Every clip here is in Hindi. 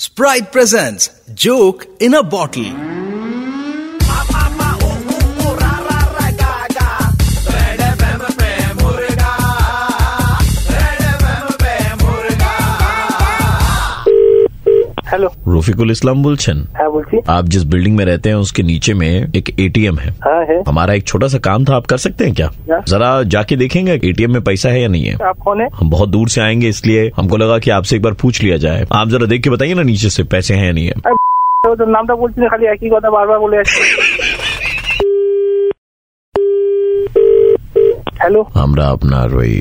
Sprite presents Joke in a Bottle. Hello Rafiqul Islam বলছেন হ্যাঁ বলছি आप जिस बिल्डिंग में रहते हैं उसके नीचे में एक एटीएम है हाँ है हमारा एक छोटा सा काम था आप कर सकते हैं क्या क्या? जरा जाके देखेंगे एटीएम में पैसा है या नहीं है आप कौन है हम बहुत दूर से आएंगे इसलिए हमको लगा कि आपसे एक बार पूछ लिया जाए आप जरा देख के बताइए ना नीचे से पैसे हैं या नहीं है তো ওদের নামটা বলছি না খালি একই কথা বারবার বলে আসছে হ্যালো আমরা আপনার ওই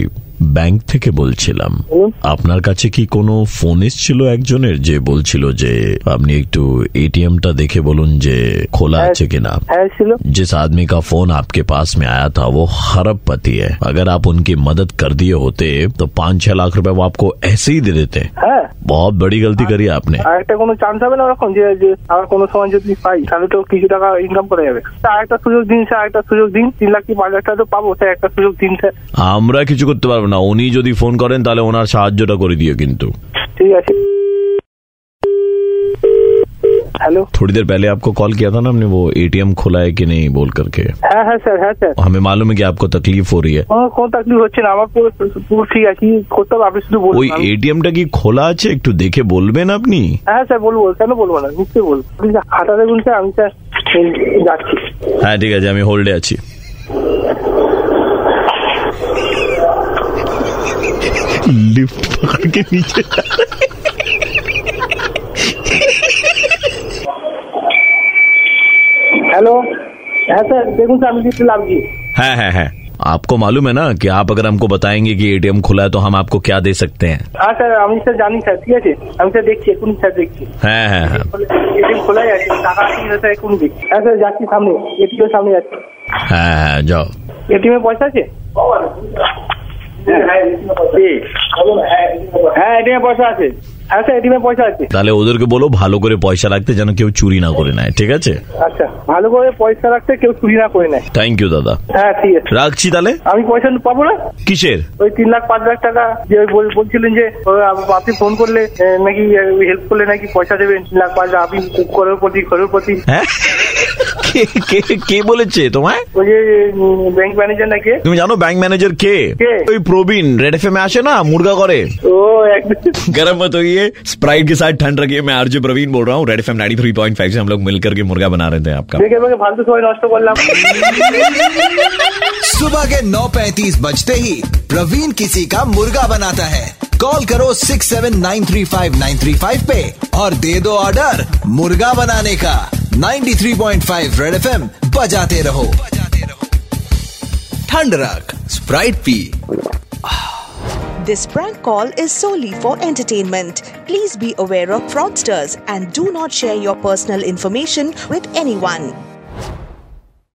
ব্যাংক থেকে বলছিলাম বলুন আপনার কাছে কি কোনো ফোন এসেছিল একজনের যে বলছিল যে আপনি একটু এটিএমটা দেখে বলুন যে খোলা আছে কিনা হ্যাঁ ছিল जिस आदमी का फोन आपके पास में आया था वो खरबपति है अगर आप उनकी मदद कर दिए होते तो पाँच छह लाख रुपए वो आपको ऐसे ही दे देते হ্যাঁ बहुत बड़ी गलती करी आपने আর একটা কোনো চান্স হবে না ওরকম যে যে আর কোনো সময় যদি পাই তাহলে তো কিছু টাকা ইনকাম করা যাবে তা আরেকটা সুযোগ দিন স্যার আরেকটা সুযোগ দিন তিন লাখ কি পাঁচ লাখ টাকা তো পাবো স্যার একটা সুযোগ দিন স্যার আমরা কিছু করতে পারবো না উনি যদি ফোন করেন তাহলে ওনার সাহায্যটা করে দিও কিন্তু ঠিক আছে হ্যালো थोड़ी देर पहले आपको कॉल किया था ना हमने वो एटीएम खुला है कि नहीं बोल करके হ্যাঁ হ্যাঁ স্যার হ্যাঁ স্যার हमें मालूम है कि आपको तकलीफ हो रही है কোনো কোনো তাকলিফ হচ্ছে না আমার পুরো পুরো ঠিক আছে কি করতে হবে আপনি শুধু ওই বলুন আমি- এটিএমটা কি খোলা আছে একটু দেখে বলবেন আপনি হ্যাঁ স্যার বলবো কেন বলবো না নিশ্চয়ই বলবো আপনি যা হাঁটা দেখুন স্যার আমি স্যার এই, যাচ্ছি হ্যাঁ ঠিক আছে আমি হোল্ডে আছি लिफ्ट पकड़ के नीचे হ্যালো হ্যাঁ স্যার দেখুন স্যার আমি কিছু লাভজি হ্যাঁ হ্যাঁ হ্যাं आपको मालूम है ना कि आप अगर हमको बताएंगे कि एटीएम खुला है तो हम आपको क्या दे सकते हैं হ্যাঁ স্যার আমি স্যার জানি স্যার ঠিক আছে আমি স্যার দেখছি এখনই স্যার দেখছি হ্যাঁ হ্যাঁ হ্যাঁ এটিএম খোলাই আছে টাকা আছে কিনা স্যার এখনই দেখছি হ্যাঁ স্যার যাচ্ছি সামনে এটিএম এর সামনে যাচ্ছি হ্যাঁ হ্যাঁ जाओ এটিএম এ পয়সা আছে হ্যাঁ এটিএম পয়সা আছে হ্যাঁ স্যার এটিএম এ পয়সা আছে তাহলে ওদেরকে বলো ভালো করে পয়সা রাখতে যেন কেউ চুরি না করে নেয় ঠিক আছে আচ্ছা ভালো করে পয়সা রাখতে কেউ চুরি না করে নেয় থ্যাংক ইউ দাদা হ্যাঁ ঠিক আছে রাখছি তাহলে আমি পয়সা পাবো না কিসের ওই তিন লাখ পাঁচ লাখ টাকা যে ওই বল- বলছিলেন যে ও, আপ- আপনি ফোন করলে এ, নাকি হেল্প করলে নাকি পয়সা দেবেন তিন লাখ পাঁচ লাখ আপনি করোড়পতি করোড়পতি হ্যাঁ কে কে কে বলেছে তোমায় ওই যে ব্যাংক ম্যানেজার নাকি তুমি জানো ব্যাংক ম্যানেজার কে কে? ওই প্রবীণ রেড এফ এ আসে না মুর্গা করে ও একদম गर्म मत होइए स्प्राइट के साथ ठंड रखिए मैं आरजे प्रवीण बोल रहा हूँ red F M three point five से हम लोग मिलकर के मुर्गा बना रहे थे आपका দেখে আমাকে ফালতু সময় নষ্ট করলাম सुबह के 9:35 बजते ही प्रवीण किसी का मुर्गा बनाता है कॉल करो 6793595 पे और दे दो ऑर्डर मुर्गा बनाने का 93.5 रेड एफएम बजाते रहो ठंड रख स्प्राइट पी This prank call is solely for entertainment. Please be aware of fraudsters and do not share your personal information with anyone.